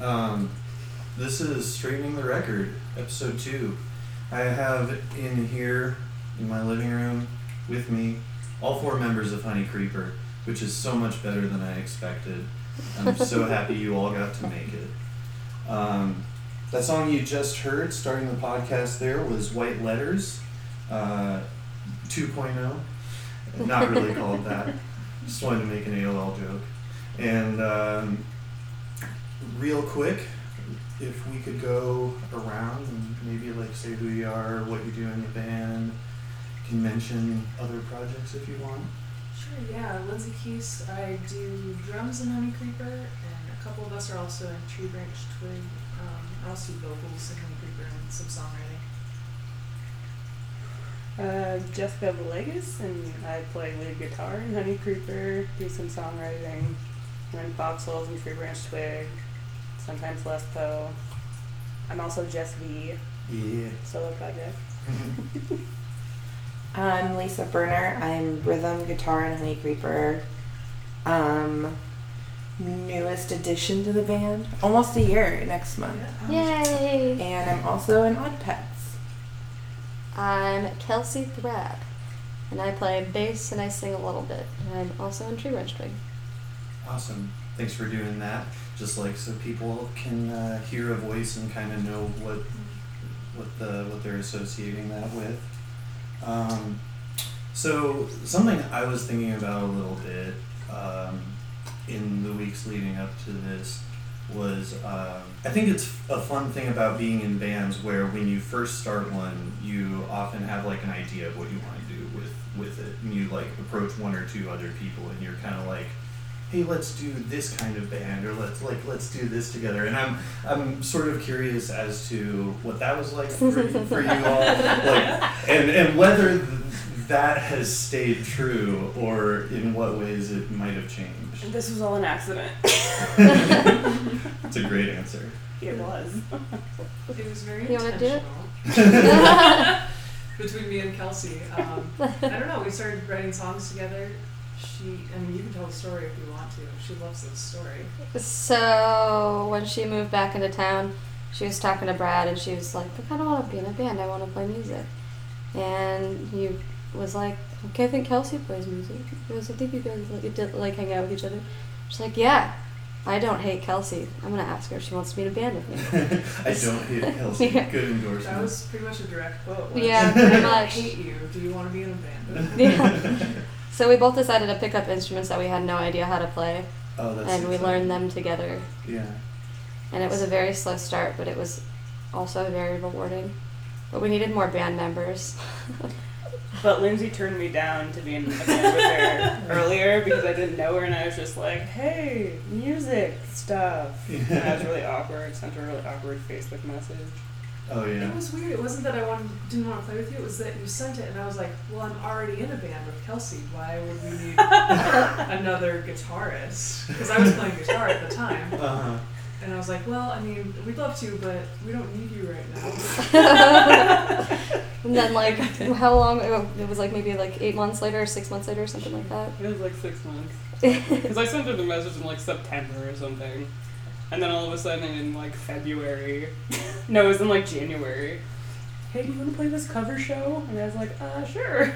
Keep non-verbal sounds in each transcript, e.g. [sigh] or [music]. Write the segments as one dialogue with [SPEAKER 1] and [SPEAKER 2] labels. [SPEAKER 1] Um, this is Straightening the Record, episode two. I have in here, in my living room, with me, all four members of Honey Creeper, which is so much better than I expected. I'm so happy you all got to make it. Um, that song you just heard, starting the podcast there, was White Letters uh, 2.0. Not really called that. Just wanted to make an AOL joke. And um, real quick, if we could go around and maybe like say who you are, what you do in the band, you can mention other projects if you want.
[SPEAKER 2] Sure, yeah. Lindsay Keese, I do drums in Honey Creeper, and a couple of us are also in Tree Branch Twig. Um, I also do vocals in Honey Creeper and some songwriting.
[SPEAKER 3] Uh, Jessica Villegas, and I play lead guitar in Honey Creeper, do some songwriting, I'm in Foxholes and Tree Branch Twig, sometimes Lespo. I'm also Jess V,
[SPEAKER 1] Yeah.
[SPEAKER 3] solo project.
[SPEAKER 4] I'm Lisa Berner. I'm rhythm guitar and honey creeper. Um, newest addition to the band, almost a year next month,
[SPEAKER 5] Yay!
[SPEAKER 4] and I'm also in Odd Pets.
[SPEAKER 5] I'm Kelsey Thrab, and I play bass and I sing a little bit. And I'm also in Tree Branch Twig.
[SPEAKER 1] Awesome. Thanks for doing that. Just like so people can uh, hear a voice and kind of know what what the what they're associating that with. Um, so something I was thinking about a little bit um, in the weeks leading up to this was um, I think it's a fun thing about being in bands where when you first start one, you often have like an idea of what you want to do with with it, and you like approach one or two other people, and you're kind of like hey let's do this kind of band or let's like let's do this together and i'm i'm sort of curious as to what that was like for, for you all like, and and whether th- that has stayed true or in what ways it might have changed
[SPEAKER 3] This was all an accident.
[SPEAKER 1] it's a great answer [laughs]
[SPEAKER 3] It was.
[SPEAKER 2] It was very
[SPEAKER 5] You wanna do
[SPEAKER 2] intentional
[SPEAKER 5] it?
[SPEAKER 2] [laughs] between me and Kelsey. Um, I don't know. We started writing songs together. She, I mean, you can tell the story if you want to. She loves this story.
[SPEAKER 5] So when she moved back into town, she was talking to Brad, and she was like, "Look, I don't want to be in a band. I want to play music." And he was like, "Okay, I think Kelsey plays music." He goes, "I think you guys like, did, like hang out with each other." She's like, "Yeah." I don't hate Kelsey. I'm gonna ask her if she wants to be in a band with me.
[SPEAKER 1] i don't hate kelsey
[SPEAKER 5] Yeah.
[SPEAKER 1] good
[SPEAKER 2] That
[SPEAKER 1] endorsement
[SPEAKER 2] was pretty much a direct quote. wasn't
[SPEAKER 5] Yeah,
[SPEAKER 2] it?
[SPEAKER 5] pretty
[SPEAKER 2] I
[SPEAKER 5] much.
[SPEAKER 2] hate you. Do you want to be in a band?
[SPEAKER 5] Yeah. So we both decided to pick up instruments that we had no idea how to play,
[SPEAKER 1] [laughs] oh that's
[SPEAKER 5] [laughs] and we
[SPEAKER 1] exciting.
[SPEAKER 5] learned them together.
[SPEAKER 1] yeah
[SPEAKER 5] And it was a very slow start, but it was also very rewarding. But we needed more
[SPEAKER 1] [laughs]
[SPEAKER 5] band members.
[SPEAKER 3] But Lindsay turned me down to be in a band [laughs] with her earlier because I didn't know her and I was just like, hey, music stuff. And I was really awkward, sent her a really awkward Facebook message.
[SPEAKER 1] oh yeah
[SPEAKER 2] It was weird. It wasn't that I wanted, didn't want to play with you. It was that you sent it, and I was like, "Well, I'm already in a band with Kelsey. Why would we
[SPEAKER 1] [laughs]
[SPEAKER 2] need another guitarist?" Because I was playing guitar at the time,
[SPEAKER 1] uh-huh
[SPEAKER 2] and I was like, "Well, I mean, we'd love to, but we don't need you right now."
[SPEAKER 5] and then, like, how long? oh, It was like maybe like eight months later, or six months later, or something like that.
[SPEAKER 3] It was like six [laughs] months. Because I sent her the message in like September or something. And then all of a sudden in like February. No, it was in like January. Hey, do you want to play this cover show? And I was like, uh, sure.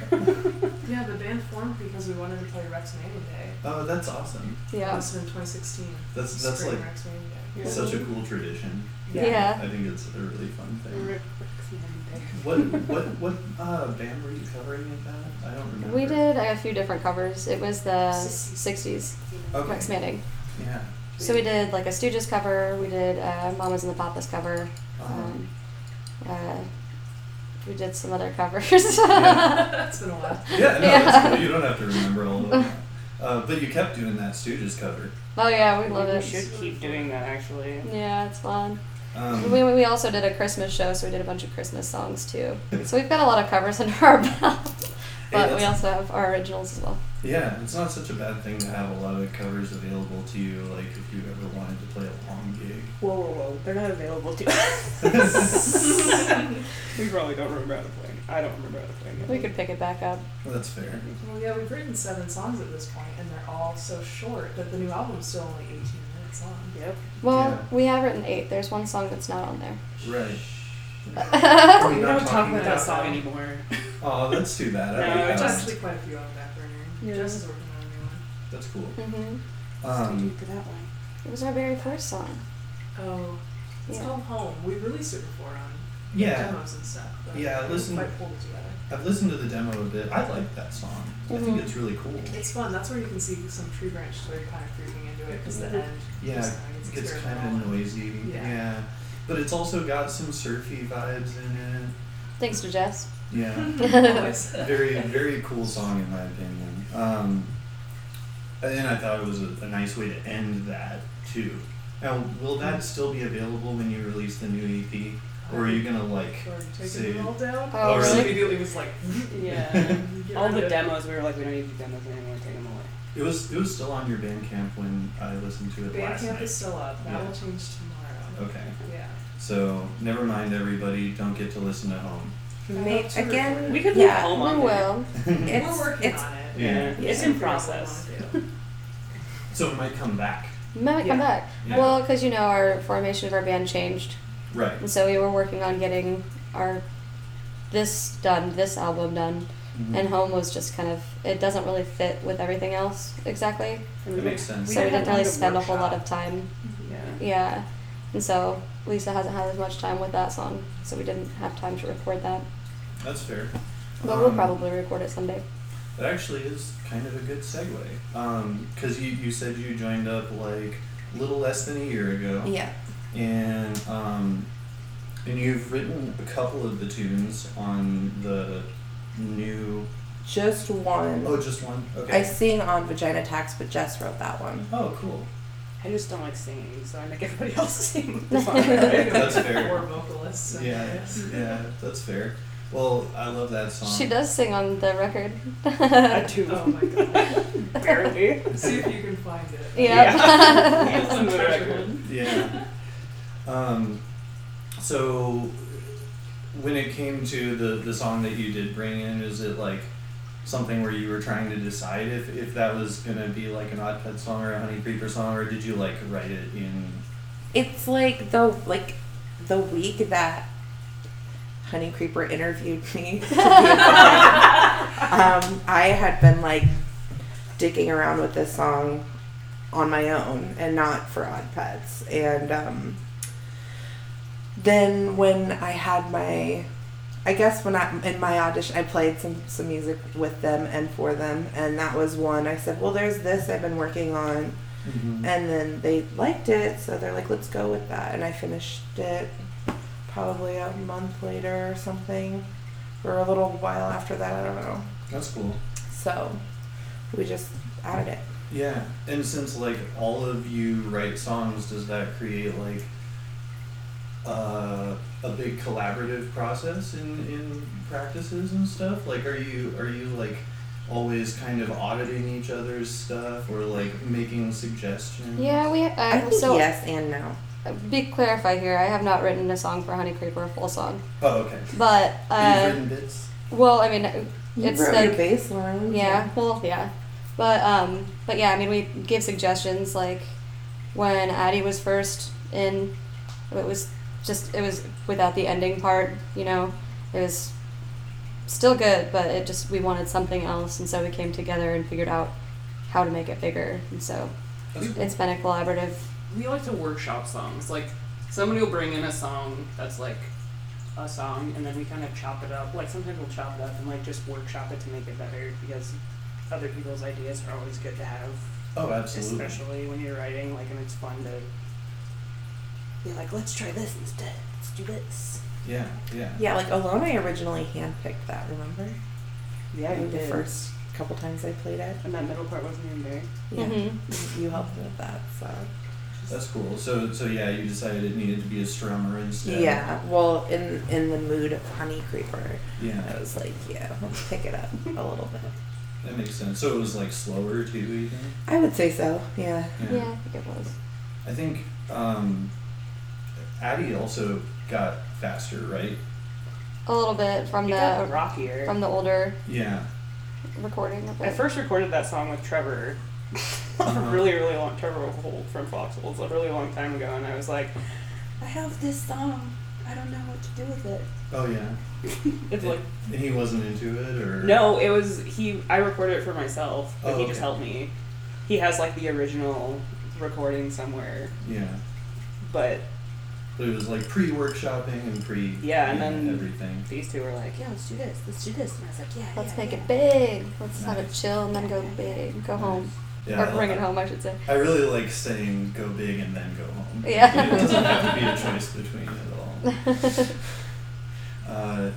[SPEAKER 2] yeah, the band formed because we wanted to play Rex Mania Day.
[SPEAKER 1] oh that's awesome
[SPEAKER 2] That
[SPEAKER 5] Yeah.
[SPEAKER 2] was in 2016.
[SPEAKER 1] that's that's
[SPEAKER 2] Spring
[SPEAKER 1] like
[SPEAKER 2] Rex Mania Day.
[SPEAKER 1] such a cool tradition
[SPEAKER 5] Yeah.
[SPEAKER 2] [laughs]
[SPEAKER 1] i think it's a really fun thing
[SPEAKER 3] Rick- Rick's Monday.
[SPEAKER 1] What
[SPEAKER 2] [laughs]
[SPEAKER 1] what what uh, band were you covering in that? I don't remember.
[SPEAKER 5] We did a few different covers. It was the
[SPEAKER 2] Sixties.
[SPEAKER 5] 60s,
[SPEAKER 1] Okay.
[SPEAKER 5] Rex Manning.
[SPEAKER 1] Yeah.
[SPEAKER 5] So we did like a Stooges cover, we did uh, Mamas and the Papas cover,
[SPEAKER 1] Uh-huh.
[SPEAKER 5] um, uh, we did some other covers. [laughs]
[SPEAKER 1] Yeah.
[SPEAKER 2] It's been a while.
[SPEAKER 1] Yeah. No,
[SPEAKER 5] Yeah.
[SPEAKER 1] that's
[SPEAKER 5] [laughs]
[SPEAKER 1] cool. You don't have to remember all of that. Uh, but you kept doing that Stooges cover.
[SPEAKER 5] Oh yeah, we love
[SPEAKER 3] we
[SPEAKER 5] it.
[SPEAKER 3] should keep doing that actually.
[SPEAKER 5] Yeah, it's fun.
[SPEAKER 1] Um,
[SPEAKER 5] We, we also did a Christmas show, so we did a bunch of Christmas songs too. So we've got a lot of covers [laughs] under our belt, but we
[SPEAKER 1] that's-
[SPEAKER 5] also have our originals as well.
[SPEAKER 1] yeah, it's not such a bad thing to have a lot of covers available to you. Like if you ever wanted to play a long gig.
[SPEAKER 3] [laughs] Whoa, whoa, whoa. They're not available to us. [laughs] we probably don't remember how to play. any- I don't remember how to play. any of
[SPEAKER 5] We
[SPEAKER 3] them.
[SPEAKER 5] could pick it back up.
[SPEAKER 1] That's fair.
[SPEAKER 2] Well, yeah, we've written seven songs at this point, and they're all so short that the new album's still only 18 minutes. that's on.
[SPEAKER 3] Yep.
[SPEAKER 5] Well,
[SPEAKER 1] Yeah.
[SPEAKER 5] we have written eight. There's one song that's not on there.
[SPEAKER 1] Right.
[SPEAKER 5] I
[SPEAKER 3] We
[SPEAKER 1] not
[SPEAKER 3] don't talk
[SPEAKER 1] talking
[SPEAKER 3] about that
[SPEAKER 2] about
[SPEAKER 3] song
[SPEAKER 2] that.
[SPEAKER 3] anymore.
[SPEAKER 1] Oh, that's too bad. I
[SPEAKER 3] No,
[SPEAKER 1] like
[SPEAKER 3] it
[SPEAKER 1] that.
[SPEAKER 2] There's
[SPEAKER 3] just-
[SPEAKER 2] actually quite a few on the back burner.
[SPEAKER 5] Yeah.
[SPEAKER 2] Jess is working on a new one.
[SPEAKER 1] That's cool.
[SPEAKER 2] Mm-hmm.
[SPEAKER 5] hmm
[SPEAKER 1] Um,
[SPEAKER 4] for that one.
[SPEAKER 5] It was our very first song.
[SPEAKER 2] Oh, it's
[SPEAKER 5] Yeah.
[SPEAKER 2] called Home. We released it before on
[SPEAKER 1] yeah,
[SPEAKER 2] demos and stuff. But
[SPEAKER 1] Yeah,
[SPEAKER 2] it
[SPEAKER 1] listen-
[SPEAKER 2] was quite pulled together.
[SPEAKER 1] I've listened to the demo a bit. I like that song. I
[SPEAKER 5] Mhm.
[SPEAKER 1] think it's really cool.
[SPEAKER 2] It's fun. That's where you can see some tree branch story kind of creeping into it because the end.
[SPEAKER 1] Yeah,
[SPEAKER 2] just, like,
[SPEAKER 1] It
[SPEAKER 2] it's
[SPEAKER 1] gets kind
[SPEAKER 3] [laughs]
[SPEAKER 1] of
[SPEAKER 2] [laughs] experimental.
[SPEAKER 1] noisy.
[SPEAKER 2] Yeah.
[SPEAKER 1] But it's also got some surfy vibes in it.
[SPEAKER 5] Thanks to Jess.
[SPEAKER 3] [laughs]
[SPEAKER 1] Yeah.
[SPEAKER 2] Always.
[SPEAKER 1] very, very cool song in my opinion. Um, and I thought it was a, a nice way to end that too. Now, will that still be available when you release the new EP, or are you gonna like?
[SPEAKER 2] Or taking
[SPEAKER 1] See.
[SPEAKER 2] it all down.
[SPEAKER 5] Oh,
[SPEAKER 2] Or just
[SPEAKER 1] really?
[SPEAKER 2] Immediately was like,
[SPEAKER 3] [laughs]
[SPEAKER 2] [laughs]
[SPEAKER 3] Yeah.
[SPEAKER 2] get
[SPEAKER 3] All
[SPEAKER 2] rid
[SPEAKER 3] the
[SPEAKER 2] of it.
[SPEAKER 3] demos, we were like, we don't need the demos anymore. Take them away.
[SPEAKER 1] It was it was still on your Bandcamp when I listened to it last
[SPEAKER 2] Bandcamp
[SPEAKER 1] night.
[SPEAKER 2] is still up. That
[SPEAKER 1] Yeah.
[SPEAKER 2] will change tomorrow.
[SPEAKER 1] okay,
[SPEAKER 2] Yeah.
[SPEAKER 1] so never mind everybody. Don't get to listen at home.
[SPEAKER 2] I hope to record it.
[SPEAKER 4] again,
[SPEAKER 3] We could leave
[SPEAKER 4] Yeah,
[SPEAKER 5] We
[SPEAKER 1] Oh,
[SPEAKER 3] home on there.
[SPEAKER 5] will.
[SPEAKER 4] it's,
[SPEAKER 2] We're working
[SPEAKER 4] it's
[SPEAKER 2] on it.
[SPEAKER 1] Yeah.
[SPEAKER 3] It's
[SPEAKER 2] Just
[SPEAKER 3] in
[SPEAKER 2] figure out what we
[SPEAKER 3] process.
[SPEAKER 2] wanna do.
[SPEAKER 1] [laughs] So it might come back.
[SPEAKER 5] Might come
[SPEAKER 2] Yeah.
[SPEAKER 5] back.
[SPEAKER 1] Yeah.
[SPEAKER 5] Well, because you know our formation of our band changed,
[SPEAKER 1] Right.
[SPEAKER 5] and so we were working on getting our this done, this album done,
[SPEAKER 1] Mhm.
[SPEAKER 5] and home was just kind of it doesn't really fit with everything else exactly.
[SPEAKER 3] And
[SPEAKER 1] That
[SPEAKER 3] we-
[SPEAKER 1] makes sense.
[SPEAKER 3] we
[SPEAKER 5] so we
[SPEAKER 3] had
[SPEAKER 5] didn't
[SPEAKER 3] to
[SPEAKER 5] really
[SPEAKER 3] do
[SPEAKER 5] spend a whole lot of
[SPEAKER 3] workshop.
[SPEAKER 5] time.
[SPEAKER 3] Yeah.
[SPEAKER 5] Yeah, and so Lisa hasn't had as much time with that song, so we didn't have time to record that.
[SPEAKER 1] That's fair.
[SPEAKER 5] But we'll
[SPEAKER 1] Um,
[SPEAKER 5] probably record it someday.
[SPEAKER 1] That actually is kind of a good segue. Because you, you said you joined up like a little less than a year ago.
[SPEAKER 4] yeah.
[SPEAKER 1] And, um, and you've written a couple of the tunes on the new.
[SPEAKER 4] Just one.
[SPEAKER 1] Oh, just one?
[SPEAKER 4] I
[SPEAKER 1] Okay.
[SPEAKER 4] sing on Vagina Tax, but Jess wrote that one.
[SPEAKER 1] Oh, cool.
[SPEAKER 3] [laughs] I just don't like singing, so I make everybody else [laughs] sing.
[SPEAKER 1] That's fair.
[SPEAKER 2] Or vocalists. I
[SPEAKER 1] Yeah,
[SPEAKER 2] guess.
[SPEAKER 1] yeah, that's fair. Well, I love that song.
[SPEAKER 5] She does sing on the record.
[SPEAKER 3] I do.
[SPEAKER 2] Oh my god.
[SPEAKER 3] Barely.
[SPEAKER 2] See if you can find it.
[SPEAKER 5] [laughs] yeah.
[SPEAKER 3] Listen to the record.
[SPEAKER 1] Yeah. um, so when it came to the, the song that you did bring in, is it like something where you were trying to decide if, if that was gonna be like an Odd Pet song or a Honey Creeper song, or did you like write it in?
[SPEAKER 4] It's like the like the week that Honey Creeper interviewed me. um, I had been like digging around with this song on my own and not for Odd Pets, and um, then when I had my I guess when I in my audition I played some some music with them and for them and that was one I said well there's this I've been working on and then they liked it, so they're like, let's go with that. And I finished it probably a month later or something, or a little while after that, I don't know.
[SPEAKER 1] That's cool.
[SPEAKER 4] So we just added it.
[SPEAKER 1] Yeah, and since like all of you write songs, does that create like uh, a big collaborative process in in practices and stuff? Like, are you are you like always kind of auditing each other's stuff or like making suggestions?
[SPEAKER 5] [laughs] Yeah, we.
[SPEAKER 4] I
[SPEAKER 5] Uh,
[SPEAKER 4] think
[SPEAKER 5] so uh,
[SPEAKER 4] yes and no.
[SPEAKER 5] be clarify here. I have not written a song for Honey Creeper, a full song,
[SPEAKER 1] Oh, okay.
[SPEAKER 5] but
[SPEAKER 1] You've
[SPEAKER 5] uh,
[SPEAKER 1] written bits.
[SPEAKER 5] well, I mean, it's
[SPEAKER 4] you wrote your
[SPEAKER 5] like
[SPEAKER 4] bass line.
[SPEAKER 5] yeah, well, yeah, but um, but yeah, I mean, we give suggestions like when Addie was first in, it was just it was without the ending part, you know, it was still good, but it just we wanted something else, and so we came together and figured out how to make it bigger, and so
[SPEAKER 1] That's cool.
[SPEAKER 5] it's been a collaborative.
[SPEAKER 3] We like to workshop songs. Like somebody will bring in a song that's like a song, and then we kind of chop it up. Like sometimes we'll chop it up and like just workshop it to make it better because other people's ideas are always good to have,
[SPEAKER 1] Oh, absolutely.
[SPEAKER 3] especially when you're writing. Like and it's fun to be like, let's try this instead. Let's do this.
[SPEAKER 1] Yeah, yeah.
[SPEAKER 4] Yeah, like Alone, I originally handpicked that, remember?
[SPEAKER 3] Yeah,
[SPEAKER 4] Like, the first couple times I played it.
[SPEAKER 3] And that middle part wasn't even there.
[SPEAKER 4] Yeah.
[SPEAKER 5] Mhm.
[SPEAKER 4] You helped me with that, so.
[SPEAKER 1] That's cool. So so yeah, you decided it needed to be a strummer instead.
[SPEAKER 4] Yeah, well, in in the mood of Honey Creeper, I
[SPEAKER 1] Yeah,
[SPEAKER 4] was like, yeah, let's pick it up a little bit.
[SPEAKER 1] that makes sense. So it was like slower too, even.
[SPEAKER 4] I would say so. Yeah.
[SPEAKER 5] Yeah, I think it was.
[SPEAKER 1] I think um, Addie also got faster, right?
[SPEAKER 5] A little bit from
[SPEAKER 3] It got
[SPEAKER 5] the
[SPEAKER 3] rockier.
[SPEAKER 5] from the older
[SPEAKER 1] Yeah.
[SPEAKER 5] recording of
[SPEAKER 3] I
[SPEAKER 5] it.
[SPEAKER 3] first recorded that song with Trevor. [laughs] a
[SPEAKER 1] Uh-huh.
[SPEAKER 3] really, really long Trevor Holt from Foxholes a really long time ago, and I was like, I have this song. I don't know what to do with it.
[SPEAKER 1] Oh yeah.
[SPEAKER 3] It's like
[SPEAKER 1] And he wasn't into it, or
[SPEAKER 3] no, it was he. I recorded it for myself, but
[SPEAKER 1] Oh,
[SPEAKER 3] he just
[SPEAKER 1] okay.
[SPEAKER 3] helped me. He has like the original recording somewhere,
[SPEAKER 1] Yeah,
[SPEAKER 3] but
[SPEAKER 1] but it was like pre-workshopping and pre
[SPEAKER 3] Yeah, and then-
[SPEAKER 1] everything.
[SPEAKER 3] these two were like, yeah, let's do this, let's do this, and I was like, yeah,
[SPEAKER 5] Let's
[SPEAKER 3] yeah,
[SPEAKER 5] make
[SPEAKER 3] yeah.
[SPEAKER 5] it big. Let's have it
[SPEAKER 1] Nice.
[SPEAKER 5] chill and then go big. Go home.
[SPEAKER 1] Yeah, I-
[SPEAKER 5] or bring it home, I should say. [laughs]
[SPEAKER 1] I really like saying "go big and then go home."
[SPEAKER 5] Yeah.
[SPEAKER 1] it doesn't have to be a choice between it all. Uh,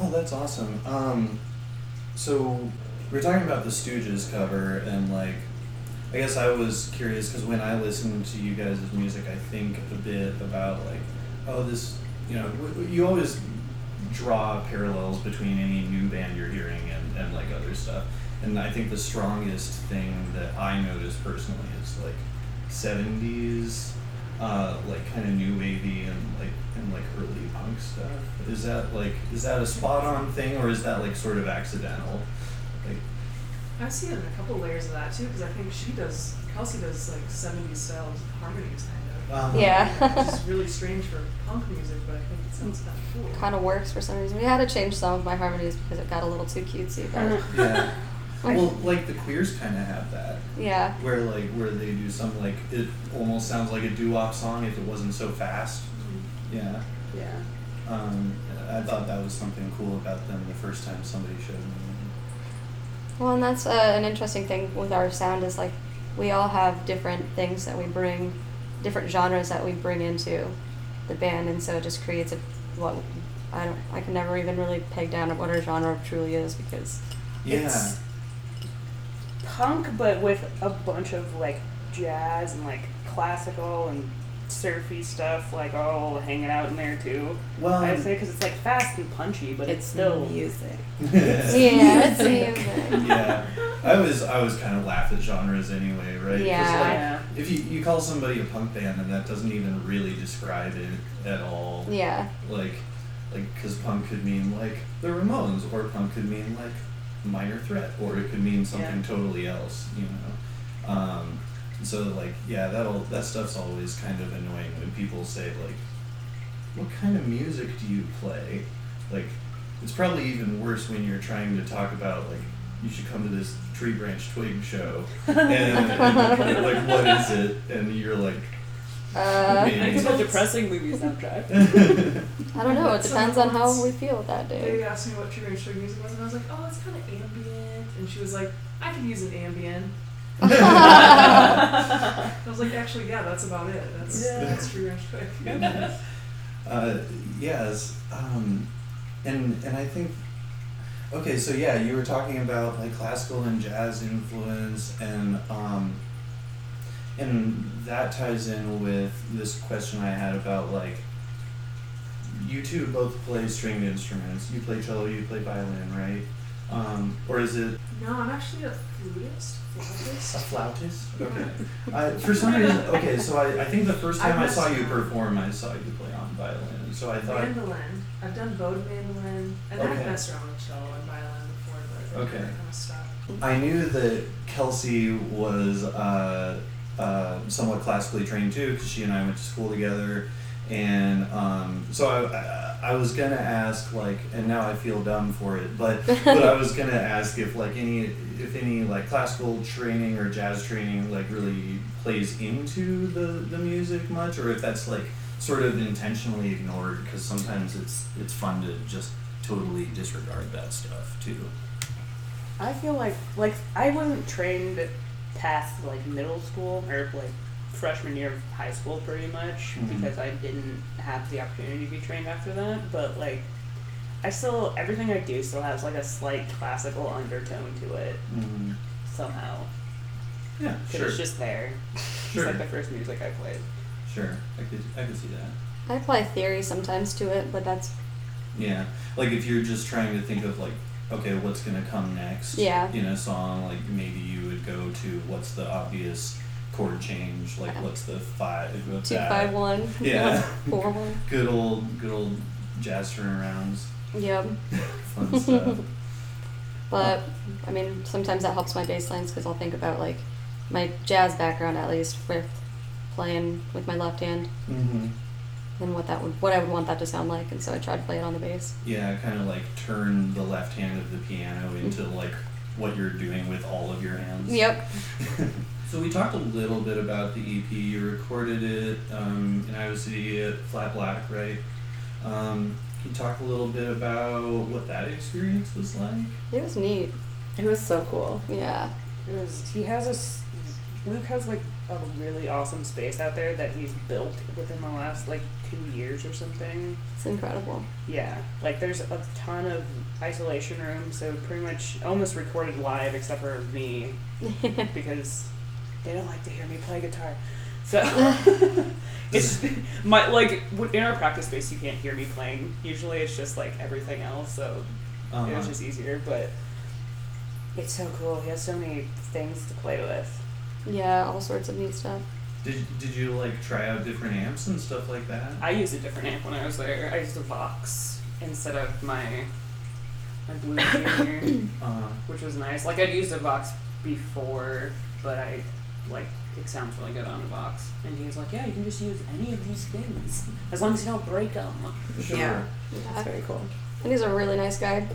[SPEAKER 1] oh, that's awesome. Um, so we were talking about the Stooges cover, and like, I guess I was curious because when I listen to you guys' music, I think a bit about like, oh, this, you know, w- w- you always draw parallels between any new band you're hearing and, and like other stuff. And I think the strongest thing that I notice personally is like 70s, uh, like kind of new wavy and like and like early punk stuff. Is that like is that a spot on thing or is that like sort of accidental? Like
[SPEAKER 2] I've seen a couple layers of that too, because I think she does, Kelsey does like 70s style harmonies kind of.
[SPEAKER 1] um,
[SPEAKER 5] yeah.
[SPEAKER 2] Which is really strange for punk music, but I think it sounds kind of cool.
[SPEAKER 5] kind of works for some reason. We had to change some of my harmonies because it got a little too cutesy. But
[SPEAKER 2] Uh-huh.
[SPEAKER 1] Yeah. Well, like the queers kind of have that.
[SPEAKER 5] yeah,
[SPEAKER 1] where like where they do some like it almost sounds like a doo-wop song if it wasn't so fast
[SPEAKER 2] Mm-hmm.
[SPEAKER 1] yeah
[SPEAKER 3] Yeah.
[SPEAKER 1] um, i thought that was something cool about them the first time somebody showed me
[SPEAKER 5] Well, and that's uh, an interesting thing with our sound is like we all have different things that we bring, different genres that we bring into the band, and so it just creates a what I don't I can never even really peg down what our genre truly is because
[SPEAKER 1] yeah
[SPEAKER 3] It's punk, but with a bunch of like jazz and like classical and surfy stuff, like all hanging out in there too.
[SPEAKER 1] well um,
[SPEAKER 3] I'd say because it's like fast and punchy, but it's, still
[SPEAKER 4] music.
[SPEAKER 5] yeah, it's
[SPEAKER 1] [laughs] yeah i was i was kind of laugh at genres anyway right 'Cause,
[SPEAKER 5] Yeah.
[SPEAKER 1] like,
[SPEAKER 3] yeah.
[SPEAKER 1] if you, you call somebody a punk band and that doesn't even really describe it at all
[SPEAKER 5] yeah,
[SPEAKER 1] like like because punk could mean like the ramones or punk could mean like minor threat or it could mean something totally else you know um, so like yeah that'll that stuff's always kind of annoying when people say like what kind of music do you play like it's probably even worse when you're trying to talk about like you should come to this tree branch twig show and, and like what is it and you're like [laughs]
[SPEAKER 5] uh,
[SPEAKER 1] Maybe.
[SPEAKER 3] I think it's a depressing movie [laughs] soundtrack.
[SPEAKER 5] I don't know. It depends on how we feel that
[SPEAKER 2] They
[SPEAKER 5] day.
[SPEAKER 2] asked me what true and true music was, and I was like, oh, it's kind of ambient. And she was like, I could use an ambient. [laughs]
[SPEAKER 5] [laughs]
[SPEAKER 2] I was like, actually, yeah, that's about it. That's,
[SPEAKER 3] Yeah.
[SPEAKER 2] that's true and true.
[SPEAKER 1] uh, yes, um, and and I think okay, so yeah, you were talking about like classical and jazz influence, and um, and that ties in with this question I had about like you two both play stringed instruments. You play cello, you play violin, right? Um, or is it
[SPEAKER 2] No, I'm actually a flutist. Flautist.
[SPEAKER 1] a flautist? Okay. I, for some reason, okay, so I, I think the first
[SPEAKER 2] I
[SPEAKER 1] time I,
[SPEAKER 2] must-
[SPEAKER 1] saw you perform, I saw you play on violin. So I thought,
[SPEAKER 2] Mandolin. I've done bowed mandolin, and
[SPEAKER 1] Okay.
[SPEAKER 2] I've messed around with cello and violin before, but
[SPEAKER 1] Okay.
[SPEAKER 2] that kind of stuff.
[SPEAKER 1] I knew that Kelsey was uh, uh, somewhat classically trained too, because she and I went to school together, and um, so I, I, I was gonna ask like, and now I feel dumb for it, but but I was gonna ask if like any if any like classical training or jazz training like really plays into the the music much, or if that's like sort of intentionally ignored, because sometimes it's it's fun to just totally disregard that stuff too.
[SPEAKER 3] I feel like like I wasn't trained past like middle school or like freshman year of high school pretty much
[SPEAKER 1] Mhm.
[SPEAKER 3] because I didn't have the opportunity to be trained after that. But like I still everything I do still has like a slight classical undertone to it
[SPEAKER 1] Mm.
[SPEAKER 3] somehow.
[SPEAKER 1] Yeah,
[SPEAKER 3] 'Cause
[SPEAKER 1] sure.
[SPEAKER 3] It's just there.
[SPEAKER 1] Sure.
[SPEAKER 3] It's like the first music I played.
[SPEAKER 1] Sure, I could I could see that.
[SPEAKER 5] I apply theory sometimes to it, but that's
[SPEAKER 1] Yeah, like if you're just trying to think of like, okay, what's gonna come next?
[SPEAKER 5] Yeah.
[SPEAKER 1] In a song, like maybe you would go to what's the obvious chord change? Like what's the five? What's
[SPEAKER 5] two
[SPEAKER 1] that?
[SPEAKER 5] five one.
[SPEAKER 1] [laughs]
[SPEAKER 5] [laughs]
[SPEAKER 1] Yeah.
[SPEAKER 5] Four one.
[SPEAKER 1] Good old good old jazz turnarounds,
[SPEAKER 5] Yep. [laughs]
[SPEAKER 1] fun stuff.
[SPEAKER 5] But I mean, sometimes that helps my bass lines because I'll think about like my jazz background at least with playing with my left hand
[SPEAKER 1] hmm
[SPEAKER 5] and what that would what I would want that to sound like and so I tried to play it on the bass.
[SPEAKER 1] Yeah, kind of like turn the left hand of the piano into like what you're doing with all of your hands.
[SPEAKER 5] Yep.
[SPEAKER 1] so we talked a little bit about the EP. You recorded it um, in Iowa City at Flat Black, right? Um, can you talk a little bit about what that experience was like?
[SPEAKER 5] It was neat.
[SPEAKER 4] It was so cool.
[SPEAKER 5] Yeah.
[SPEAKER 3] It was, he has a s- Luke has like a really awesome space out there that he's built within the last like two years or something.
[SPEAKER 5] It's incredible.
[SPEAKER 3] Yeah, like there's a ton of isolation rooms, so pretty much almost recorded live except for me because they don't like to hear me play guitar. So it's my like w- in our practice space you can't hear me playing. Usually it's just like everything else, so
[SPEAKER 1] Um,
[SPEAKER 3] it was just easier. But it's so cool. He has so many things to play with.
[SPEAKER 5] yeah, all sorts of neat stuff.
[SPEAKER 1] did, did you like try out different amps and stuff like that?
[SPEAKER 3] I used a different amp when I was there. I used a Vox instead of my my Blue [coughs] Junior.
[SPEAKER 1] Uh,
[SPEAKER 3] which was nice. Like I'd used a Vox before, but I like it sounds really good on a Vox. And he was like, "Yeah, you can just use any of these things as long as you don't break them."
[SPEAKER 1] sure.
[SPEAKER 4] Yeah. It's
[SPEAKER 5] Yeah.
[SPEAKER 4] very cool.
[SPEAKER 5] And he's a really nice guy.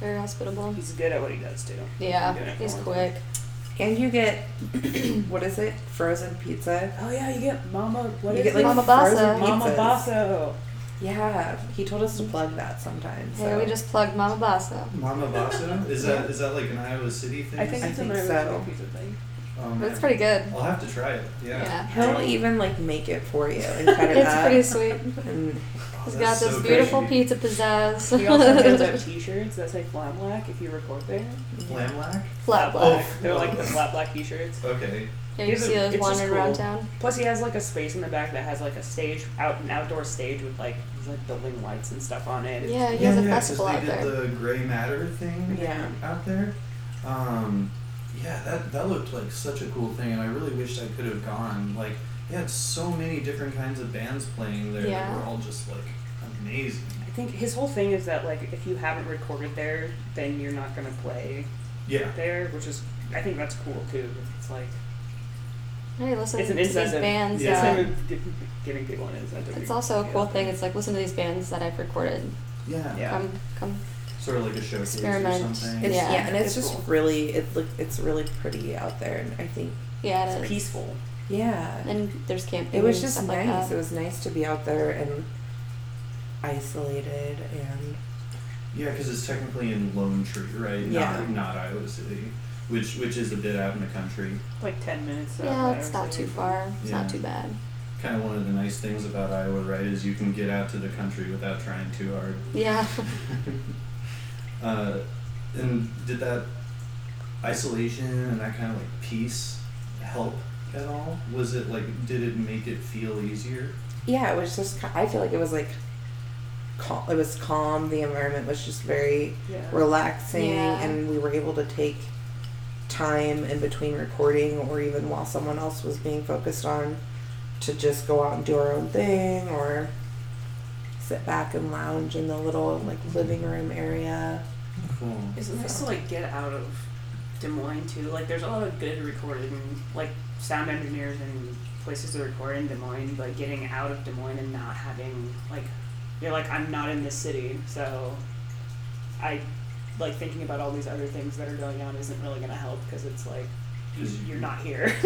[SPEAKER 5] Very hospitable.
[SPEAKER 3] He's good at what he does too. He's good
[SPEAKER 5] Yeah,
[SPEAKER 3] at
[SPEAKER 5] he's
[SPEAKER 3] all of
[SPEAKER 5] quick.
[SPEAKER 3] it.
[SPEAKER 4] And you get [clears throat] what is it? Frozen pizza.
[SPEAKER 3] Oh yeah, you get Mama. What
[SPEAKER 4] you
[SPEAKER 3] is
[SPEAKER 4] get like
[SPEAKER 3] it?
[SPEAKER 5] Mama
[SPEAKER 4] frozen
[SPEAKER 5] Bossa.
[SPEAKER 3] Mama
[SPEAKER 4] pizzas.
[SPEAKER 3] Basso.
[SPEAKER 4] Yeah, he told us to plug that sometimes.
[SPEAKER 5] Hey,
[SPEAKER 4] so.
[SPEAKER 5] we just plugged Mama Bassa.
[SPEAKER 1] Mama Vasa? Is that is that like an Iowa City thing?
[SPEAKER 3] I think
[SPEAKER 4] I
[SPEAKER 3] it's an
[SPEAKER 4] think
[SPEAKER 3] Irish
[SPEAKER 4] so.
[SPEAKER 3] pizza thing.
[SPEAKER 1] Um,
[SPEAKER 5] That's pretty good.
[SPEAKER 1] I'll have to try it. Yeah.
[SPEAKER 5] Yeah.
[SPEAKER 4] He'll even like make it for you
[SPEAKER 5] [laughs]
[SPEAKER 4] and cut it
[SPEAKER 5] It's
[SPEAKER 4] up.
[SPEAKER 5] pretty sweet.
[SPEAKER 4] and
[SPEAKER 1] Oh,
[SPEAKER 5] He's got
[SPEAKER 1] that's
[SPEAKER 5] this
[SPEAKER 1] so
[SPEAKER 5] beautiful
[SPEAKER 1] crazy.
[SPEAKER 5] pizza pizzazz. [laughs]
[SPEAKER 3] He also gives out T-shirts that say Flamlack if you record there.
[SPEAKER 1] Flamlack?
[SPEAKER 5] Flat
[SPEAKER 1] Oh,
[SPEAKER 5] black.
[SPEAKER 3] They're like the Flamlack T-shirts.
[SPEAKER 1] Okay.
[SPEAKER 5] Yeah, you
[SPEAKER 3] It's
[SPEAKER 5] see
[SPEAKER 3] a-
[SPEAKER 5] those
[SPEAKER 3] it's just
[SPEAKER 5] wandering around
[SPEAKER 3] cool.
[SPEAKER 5] town.
[SPEAKER 3] Plus, he has like a space in the back that has like a stage out an outdoor stage with like these, like building lights and stuff on it.
[SPEAKER 5] Yeah, he
[SPEAKER 1] yeah,
[SPEAKER 5] has a
[SPEAKER 1] yeah, 'cause
[SPEAKER 5] festival
[SPEAKER 1] they
[SPEAKER 5] out there.
[SPEAKER 1] did the gray matter thing
[SPEAKER 4] Yeah.
[SPEAKER 1] out there. Um, yeah, that, that looked like such a cool thing, and I really wished I could have gone. Like, they had so many different kinds of bands playing there
[SPEAKER 5] Yeah.
[SPEAKER 1] that were all just like amazing.
[SPEAKER 3] I think his whole thing is that like if you haven't recorded there, then you're not gonna play
[SPEAKER 1] Yeah.
[SPEAKER 3] there, which is I think that's cool too. It's like
[SPEAKER 5] Hey, listen
[SPEAKER 3] it's
[SPEAKER 5] to
[SPEAKER 3] an
[SPEAKER 5] these
[SPEAKER 3] incentive.
[SPEAKER 5] bands.
[SPEAKER 1] Yeah.
[SPEAKER 5] uh,
[SPEAKER 3] It's him gi- giving people an incentive.
[SPEAKER 5] It's also a cool thing. It's like listen to these bands that I've recorded.
[SPEAKER 1] Yeah.
[SPEAKER 3] Yeah.
[SPEAKER 5] Come, come.
[SPEAKER 1] Sort of like a showcase or
[SPEAKER 5] Experiment.
[SPEAKER 1] something.
[SPEAKER 4] it's, yeah.
[SPEAKER 5] Yeah.
[SPEAKER 4] and
[SPEAKER 3] It's
[SPEAKER 4] it's, just
[SPEAKER 3] cool.
[SPEAKER 4] really it look it's really pretty out there, and I think
[SPEAKER 5] Yeah, it
[SPEAKER 3] It's
[SPEAKER 5] is.
[SPEAKER 3] peaceful.
[SPEAKER 4] yeah,
[SPEAKER 5] And there's camping.
[SPEAKER 4] it was
[SPEAKER 5] and
[SPEAKER 4] just
[SPEAKER 5] stuff
[SPEAKER 4] nice.
[SPEAKER 5] Like
[SPEAKER 4] it
[SPEAKER 5] that.
[SPEAKER 4] was nice to be out there and isolated, and
[SPEAKER 1] Yeah, because it's technically in Lone Tree, right?
[SPEAKER 4] Yeah.
[SPEAKER 1] Not, not Iowa City, which which is a bit out in the country.
[SPEAKER 3] Like ten minutes. uh,
[SPEAKER 5] yeah, it's not too far. It's
[SPEAKER 1] Yeah.
[SPEAKER 5] not too bad.
[SPEAKER 1] Kind of one of the nice things about Iowa, right, is you can get out to the country without trying too hard.
[SPEAKER 5] Yeah. [laughs]
[SPEAKER 1] [laughs] uh, and did that isolation and that kind of like peace help at all? Was it like did it make it feel easier?
[SPEAKER 4] yeah, it was just. ki- I feel like it was like calm. It was calm. The environment was just very
[SPEAKER 3] Yeah.
[SPEAKER 4] relaxing,
[SPEAKER 5] Yeah.
[SPEAKER 4] and we were able to take time in between recording, or even while someone else was being focused on, to just go out and do our own thing, or sit back and lounge in the little like living room area.
[SPEAKER 1] Cool.
[SPEAKER 3] It's nice to like get out of Des Moines too. Like there's a lot of good recording, like sound engineers and places to record in Des Moines. But getting out of Des Moines and not having like, you're like I'm not in this city, so I like thinking about all these other things that are going on isn't really gonna help because it's like you-
[SPEAKER 1] 'Cause you-
[SPEAKER 3] you're not here. [laughs]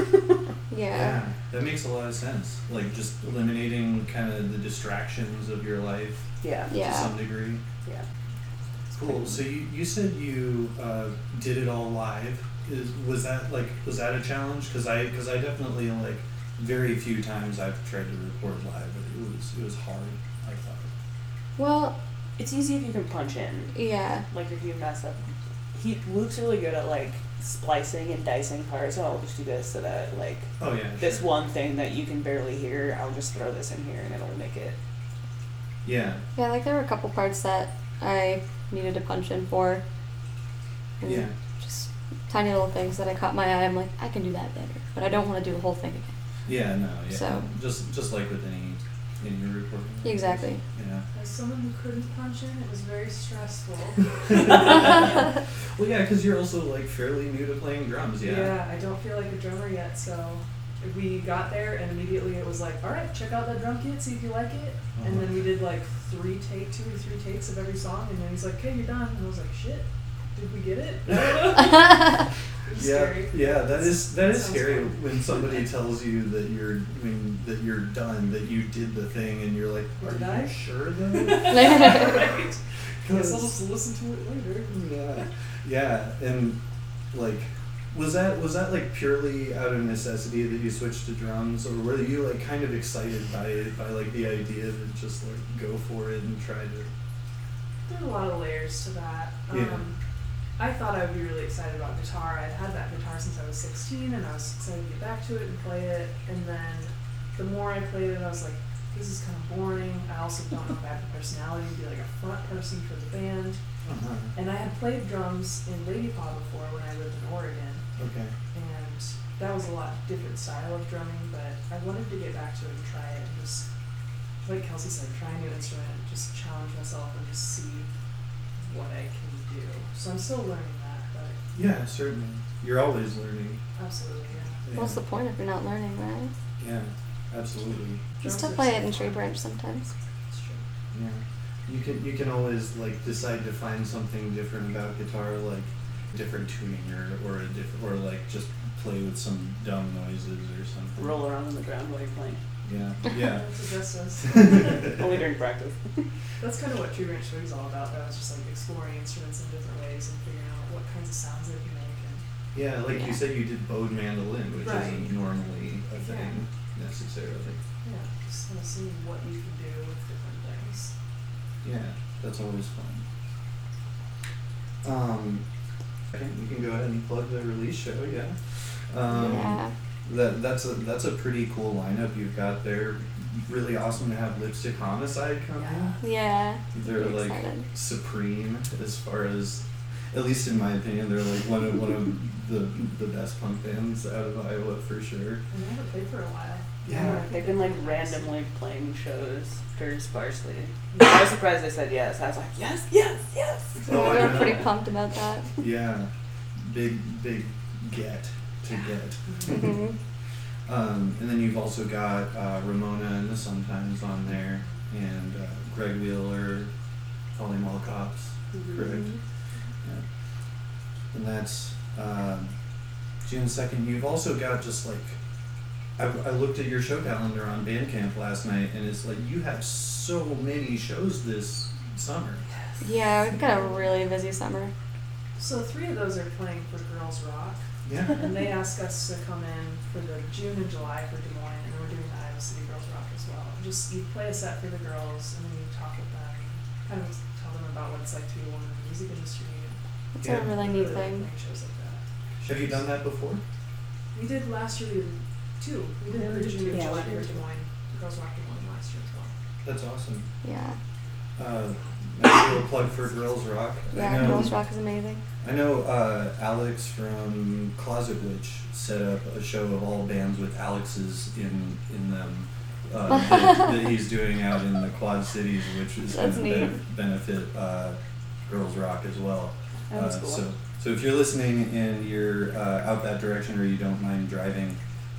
[SPEAKER 5] yeah.
[SPEAKER 1] Yeah, that makes a lot of sense. Like just eliminating kind of the distractions of your life
[SPEAKER 3] yeah.
[SPEAKER 1] to
[SPEAKER 5] Yeah.
[SPEAKER 1] some degree.
[SPEAKER 3] Yeah.
[SPEAKER 1] Cool. So you, you said you uh, did it all live. Is was that like was that a challenge? Because I because I definitely like very few times I've tried to record live, but it was it was hard. I thought.
[SPEAKER 5] Well,
[SPEAKER 3] It's easy if you can punch in.
[SPEAKER 5] yeah.
[SPEAKER 3] Like if you mess up, he Luke's really good at like splicing and dicing parts. Oh, I'll just do this so that like
[SPEAKER 1] Oh yeah.
[SPEAKER 3] this
[SPEAKER 1] sure.
[SPEAKER 3] one thing that you can barely hear, I'll just throw this in here and it'll make it.
[SPEAKER 1] Yeah.
[SPEAKER 5] Yeah, like there were a couple parts that I needed to punch in for. And
[SPEAKER 1] Yeah.
[SPEAKER 5] Just tiny little things that I caught my eye. I'm like, I can do that better, but I don't want to do the whole thing again.
[SPEAKER 1] Yeah. No. Yeah.
[SPEAKER 5] So-
[SPEAKER 1] Just just like with any in your recording.
[SPEAKER 5] Exactly.
[SPEAKER 1] Yeah. [laughs]
[SPEAKER 2] As someone who couldn't punch in, it was very stressful. [laughs]
[SPEAKER 1] well, yeah, because you're also like fairly new to playing drums. [laughs] Yeah.
[SPEAKER 2] I don't feel like a drummer yet, so we got there and immediately it was like, all right, check out that drum kit, see if you like it.
[SPEAKER 1] Oh
[SPEAKER 2] And then we did like three take, two or three takes of every song, and then he's like, okay, you're done. And I was like, shit, did we get it?
[SPEAKER 1] [laughs]
[SPEAKER 2] [laughs] It was
[SPEAKER 1] yeah,
[SPEAKER 2] scary.
[SPEAKER 1] yeah, that is that is
[SPEAKER 2] Sounds
[SPEAKER 1] scary
[SPEAKER 2] fun.
[SPEAKER 1] when somebody tells you that you're when that you're done, that you did the thing, and you're like, "Are
[SPEAKER 2] Did I?"
[SPEAKER 1] you sure
[SPEAKER 2] [laughs]
[SPEAKER 1] though?"
[SPEAKER 2] right. Guess
[SPEAKER 1] [laughs]
[SPEAKER 2] I'll
[SPEAKER 1] 'Cause-
[SPEAKER 2] just listen to it later.
[SPEAKER 1] yeah, yeah, and like, was that was that like purely out of necessity that you switched to drums, or were you like kind of excited by it, by like the idea to just like go for it and try to?
[SPEAKER 2] There are a lot of layers to that. Um,
[SPEAKER 1] Yeah.
[SPEAKER 2] I thought I would be really excited about guitar. I'd had that guitar since I was 16, and I was excited to get back to it and play it. And then the more I played it, I was like, this is kind of boring. I also don't know if I have the personality to be like a front person for the band.
[SPEAKER 1] Uh-huh.
[SPEAKER 2] And I had played drums in Lady Paw before when I lived in Oregon,
[SPEAKER 1] Okay.
[SPEAKER 2] and that was a lot different style of drumming, but I wanted to get back to it and try it and just, like Kelsey said, try a new instrument, just challenge myself and just see what I can do. So I'm still learning that, but
[SPEAKER 1] Yeah, certainly. You're always learning.
[SPEAKER 2] absolutely, yeah.
[SPEAKER 1] Yeah.
[SPEAKER 5] What's the point if you're not learning, right?
[SPEAKER 1] Yeah, absolutely.
[SPEAKER 5] Just to
[SPEAKER 2] Drums are
[SPEAKER 5] play it
[SPEAKER 2] so
[SPEAKER 5] in tree
[SPEAKER 2] fun.
[SPEAKER 5] branch sometimes.
[SPEAKER 2] It's true.
[SPEAKER 1] Yeah, you can you can always like decide to find something different about guitar, like different tuning or or a diff- or like just play with some dumb noises or something.
[SPEAKER 3] Roll around on the ground while you're playing.
[SPEAKER 1] Yeah, yeah.
[SPEAKER 2] That's just us.
[SPEAKER 3] [laughs] Only during practice.
[SPEAKER 2] That's kind of what True Ranch Swing is all about, though. It's just like exploring instruments in different ways and figuring out what kinds of sounds they can make. And
[SPEAKER 1] yeah, like you said, you did bowed mandolin, which
[SPEAKER 2] Right.
[SPEAKER 1] isn't normally a thing necessarily.
[SPEAKER 2] yeah, just kind of seeing what you can do with different things.
[SPEAKER 1] Yeah, that's always fun. Um, I think we can go ahead and plug the release show. Yeah. Um,
[SPEAKER 5] yeah.
[SPEAKER 1] That that's a that's a pretty cool lineup you've got there. Really awesome to have Lipstick Homicide come in.
[SPEAKER 5] Yeah.
[SPEAKER 1] They're
[SPEAKER 5] I'm
[SPEAKER 1] like
[SPEAKER 5] excited.
[SPEAKER 1] supreme as far as, at least in my opinion, they're like one of one of the the best punk bands out of Iowa for sure.
[SPEAKER 2] And I haven't played for a while.
[SPEAKER 1] Yeah.
[SPEAKER 3] They've been like randomly playing shows very sparsely. I was surprised they said yes. I was like, yes, yes, yes.
[SPEAKER 1] Oh,
[SPEAKER 5] we
[SPEAKER 1] I
[SPEAKER 5] were pretty
[SPEAKER 1] know.
[SPEAKER 5] pumped about that.
[SPEAKER 1] Yeah, big big get to get.
[SPEAKER 5] Mhm.
[SPEAKER 1] um, and then you've also got uh, Ramona and the Sometimes on there, and uh, Greg Wheeler, Holly Molcops.
[SPEAKER 5] Mm-hmm.
[SPEAKER 1] Correct. Yeah. And that's um, June second. You've also got just like I, I looked at your show calendar on Bandcamp last night, and it's like you have so many shows this summer.
[SPEAKER 5] [laughs] Yeah, we've got a really busy summer.
[SPEAKER 2] So three of those are playing for Girls Rock,
[SPEAKER 1] Yeah.
[SPEAKER 5] [laughs]
[SPEAKER 2] and they ask us to come in for the June and July for Des Moines, and we're doing the Iowa City Girls Rock as well. Just you play a set for the girls, and then you talk with them, kind of tell them about what it's like to be a woman in the music industry. And
[SPEAKER 5] It's
[SPEAKER 1] Yeah.
[SPEAKER 5] a really
[SPEAKER 2] really
[SPEAKER 5] neat
[SPEAKER 2] like
[SPEAKER 5] thing.
[SPEAKER 2] playing shows like that.
[SPEAKER 1] Have you done that before?
[SPEAKER 2] We did last year. We did two. We did
[SPEAKER 4] Yeah, we
[SPEAKER 2] the
[SPEAKER 4] did
[SPEAKER 2] June and
[SPEAKER 4] two.
[SPEAKER 2] July
[SPEAKER 4] Yeah,
[SPEAKER 2] for
[SPEAKER 4] we
[SPEAKER 2] Des
[SPEAKER 4] did two.
[SPEAKER 2] Moines, Girls Rock Des Moines last year as well.
[SPEAKER 1] That's awesome.
[SPEAKER 5] Yeah.
[SPEAKER 1] Uh, nice little plug for Girls Rock. I
[SPEAKER 5] Yeah,
[SPEAKER 1] know,
[SPEAKER 5] Girls Rock is amazing.
[SPEAKER 1] I know uh, Alex from Closet Witch set up a show of all bands with Alex's in in them
[SPEAKER 5] [laughs]
[SPEAKER 1] uh, that, that he's doing out in the Quad Cities, which is going
[SPEAKER 5] That's
[SPEAKER 1] to
[SPEAKER 5] neat.
[SPEAKER 1] benefit uh, Girls Rock as well.
[SPEAKER 3] Oh, that's
[SPEAKER 1] uh,
[SPEAKER 3] cool.
[SPEAKER 1] So so if you're listening and you're uh, out that direction or you don't mind driving,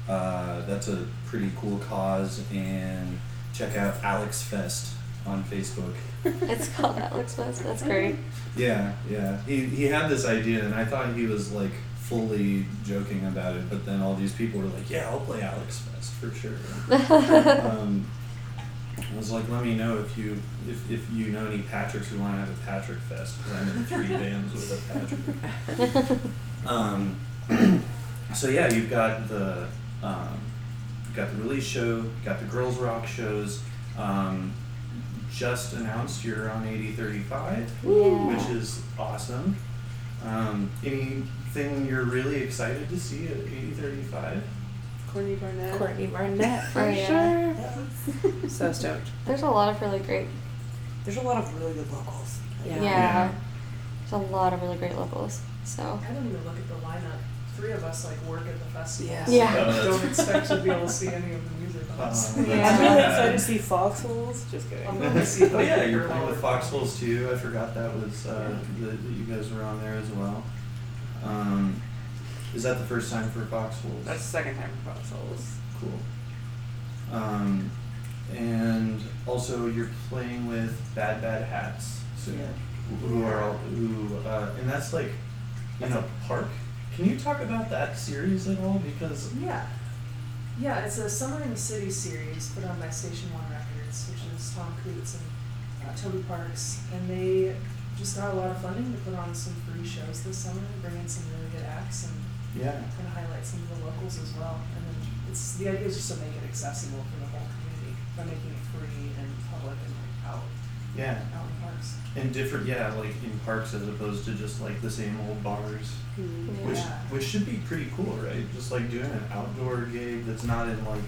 [SPEAKER 1] uh, that's a pretty cool cause. And check out Alex Fest on Facebook.
[SPEAKER 5] It's called
[SPEAKER 3] [laughs]
[SPEAKER 5] Alex West. That's great.
[SPEAKER 1] Yeah, yeah. He he had this idea, and I thought he was like fully joking about it, but then all these people were like, "Yeah, I'll play Alex Fest for sure." [laughs] um, I was like, "Let me know if you if, if you know any Patricks who want to have a Patrick Fest because I'm in three bands with a Patrick." Um, [clears throat] so yeah, you've got the um, you've got the release show, you've got the girls rock shows. Um, just announced you're on 8035 which
[SPEAKER 5] [laughs] yeah.
[SPEAKER 1] is awesome. Um, anything you're really excited to see at 8035?
[SPEAKER 3] Courtney Barnett.
[SPEAKER 4] Courtney Barnett for
[SPEAKER 5] Oh, yeah. [laughs]
[SPEAKER 4] sure. So stoked.
[SPEAKER 5] There's a lot of really great.
[SPEAKER 3] There's a lot of really good locals.
[SPEAKER 5] Yeah.
[SPEAKER 1] Yeah.
[SPEAKER 5] There's a lot of really great locals. So
[SPEAKER 2] I don't even look at the lineup three of us like work at the festival.
[SPEAKER 4] Yeah.
[SPEAKER 2] so
[SPEAKER 5] Yeah.
[SPEAKER 1] Oh,
[SPEAKER 2] Don't
[SPEAKER 1] that's-
[SPEAKER 2] expect to be able to see any of the music on us.
[SPEAKER 1] Oh,
[SPEAKER 5] Yeah.
[SPEAKER 3] I'm really
[SPEAKER 2] [laughs]
[SPEAKER 1] that's-
[SPEAKER 3] excited to see foxholes. Just kidding. [laughs]
[SPEAKER 2] I'm gonna see
[SPEAKER 1] oh yeah, you're
[SPEAKER 2] Foxholes.
[SPEAKER 1] [laughs] playing with Foxholes too. I forgot that was uh, that that you guys were on there as well. Um, is that the first time for Foxholes?
[SPEAKER 3] That's the second time for foxholes.
[SPEAKER 1] Cool. Um, and also, you're playing with Bad Bad Hats, so
[SPEAKER 3] Yeah.
[SPEAKER 1] who are all, who, uh, and that's like in a park. Can you talk about that series at all? Because
[SPEAKER 2] Yeah. Yeah, it's a Summer in the City series put on by Station One Records, which is Tom Coots and uh, Toby Parks. And they just got a lot of funding to put on some free shows this summer, bring in some really good acts and
[SPEAKER 1] yeah,
[SPEAKER 2] kind of highlight some of the locals as well. And then it's, the idea is just to make it accessible for the whole community by making it free and public and like out,
[SPEAKER 1] yeah,
[SPEAKER 2] out in parks.
[SPEAKER 1] and different, yeah, like in parks as opposed to just like the same old bars.
[SPEAKER 5] Mm-hmm.
[SPEAKER 1] Which
[SPEAKER 2] Yeah.
[SPEAKER 1] which should be pretty cool, right? Just like doing an outdoor gig that's not in like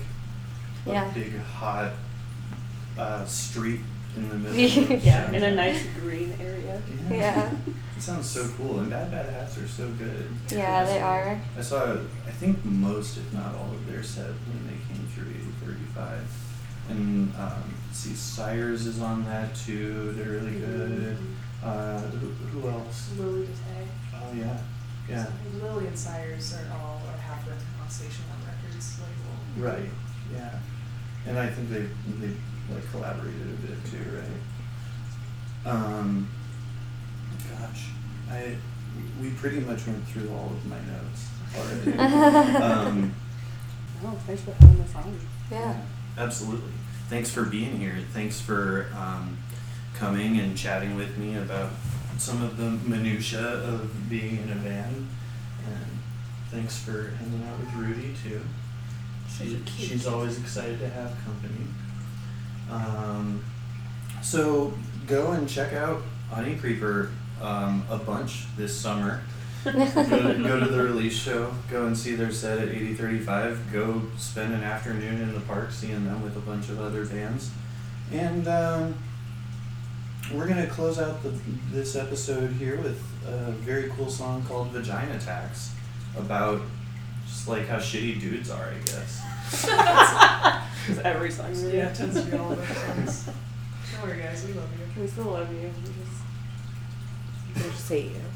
[SPEAKER 1] a
[SPEAKER 5] Yeah.
[SPEAKER 1] big hot uh, street in
[SPEAKER 3] [laughs]
[SPEAKER 1] the middle. of
[SPEAKER 3] Yeah, in a
[SPEAKER 1] downtown.
[SPEAKER 3] nice green area.
[SPEAKER 5] Yeah.
[SPEAKER 1] It sounds so cool, and Bad Bad Hats are so good.
[SPEAKER 5] Yeah, they are.
[SPEAKER 1] I saw, I think most, if not all, of their set when they came through 835. And um, let's see, Sires is on that too. They're really good. Uh, who, who else?
[SPEAKER 2] Lily Detay.
[SPEAKER 1] Oh yeah, yeah,
[SPEAKER 2] Lily and Sires are all are half written on Station One Records label.
[SPEAKER 1] right, yeah. And I think they they like collaborated a bit too, right? Um, gosh, I we pretty much went through all of my notes already. um,
[SPEAKER 5] Mm-hmm.
[SPEAKER 3] Oh, thanks for having us
[SPEAKER 2] [laughs]
[SPEAKER 3] on.
[SPEAKER 1] [laughs]
[SPEAKER 5] Yeah.
[SPEAKER 1] Absolutely. Thanks for being here. Thanks for um, coming and chatting with me about some of the minutia of being in a van. And thanks for hanging out with Rudy too. She, she's always excited to have company. Um, so go and check out Honey Creeper um, a bunch this summer. go, to, go to the release show. Go and see their set at 8035. Go spend an afternoon in the park seeing them with a bunch of other bands. And um, we're going to close out the, this episode here with a very cool song called Vagina Tax about just like how shitty dudes are, I guess.
[SPEAKER 3] It's every song. really.
[SPEAKER 2] Yeah, it tends to be
[SPEAKER 3] [laughs]
[SPEAKER 2] all about songs. Don't worry, guys, we love you.
[SPEAKER 3] We still love you. We just-
[SPEAKER 4] They just hate you.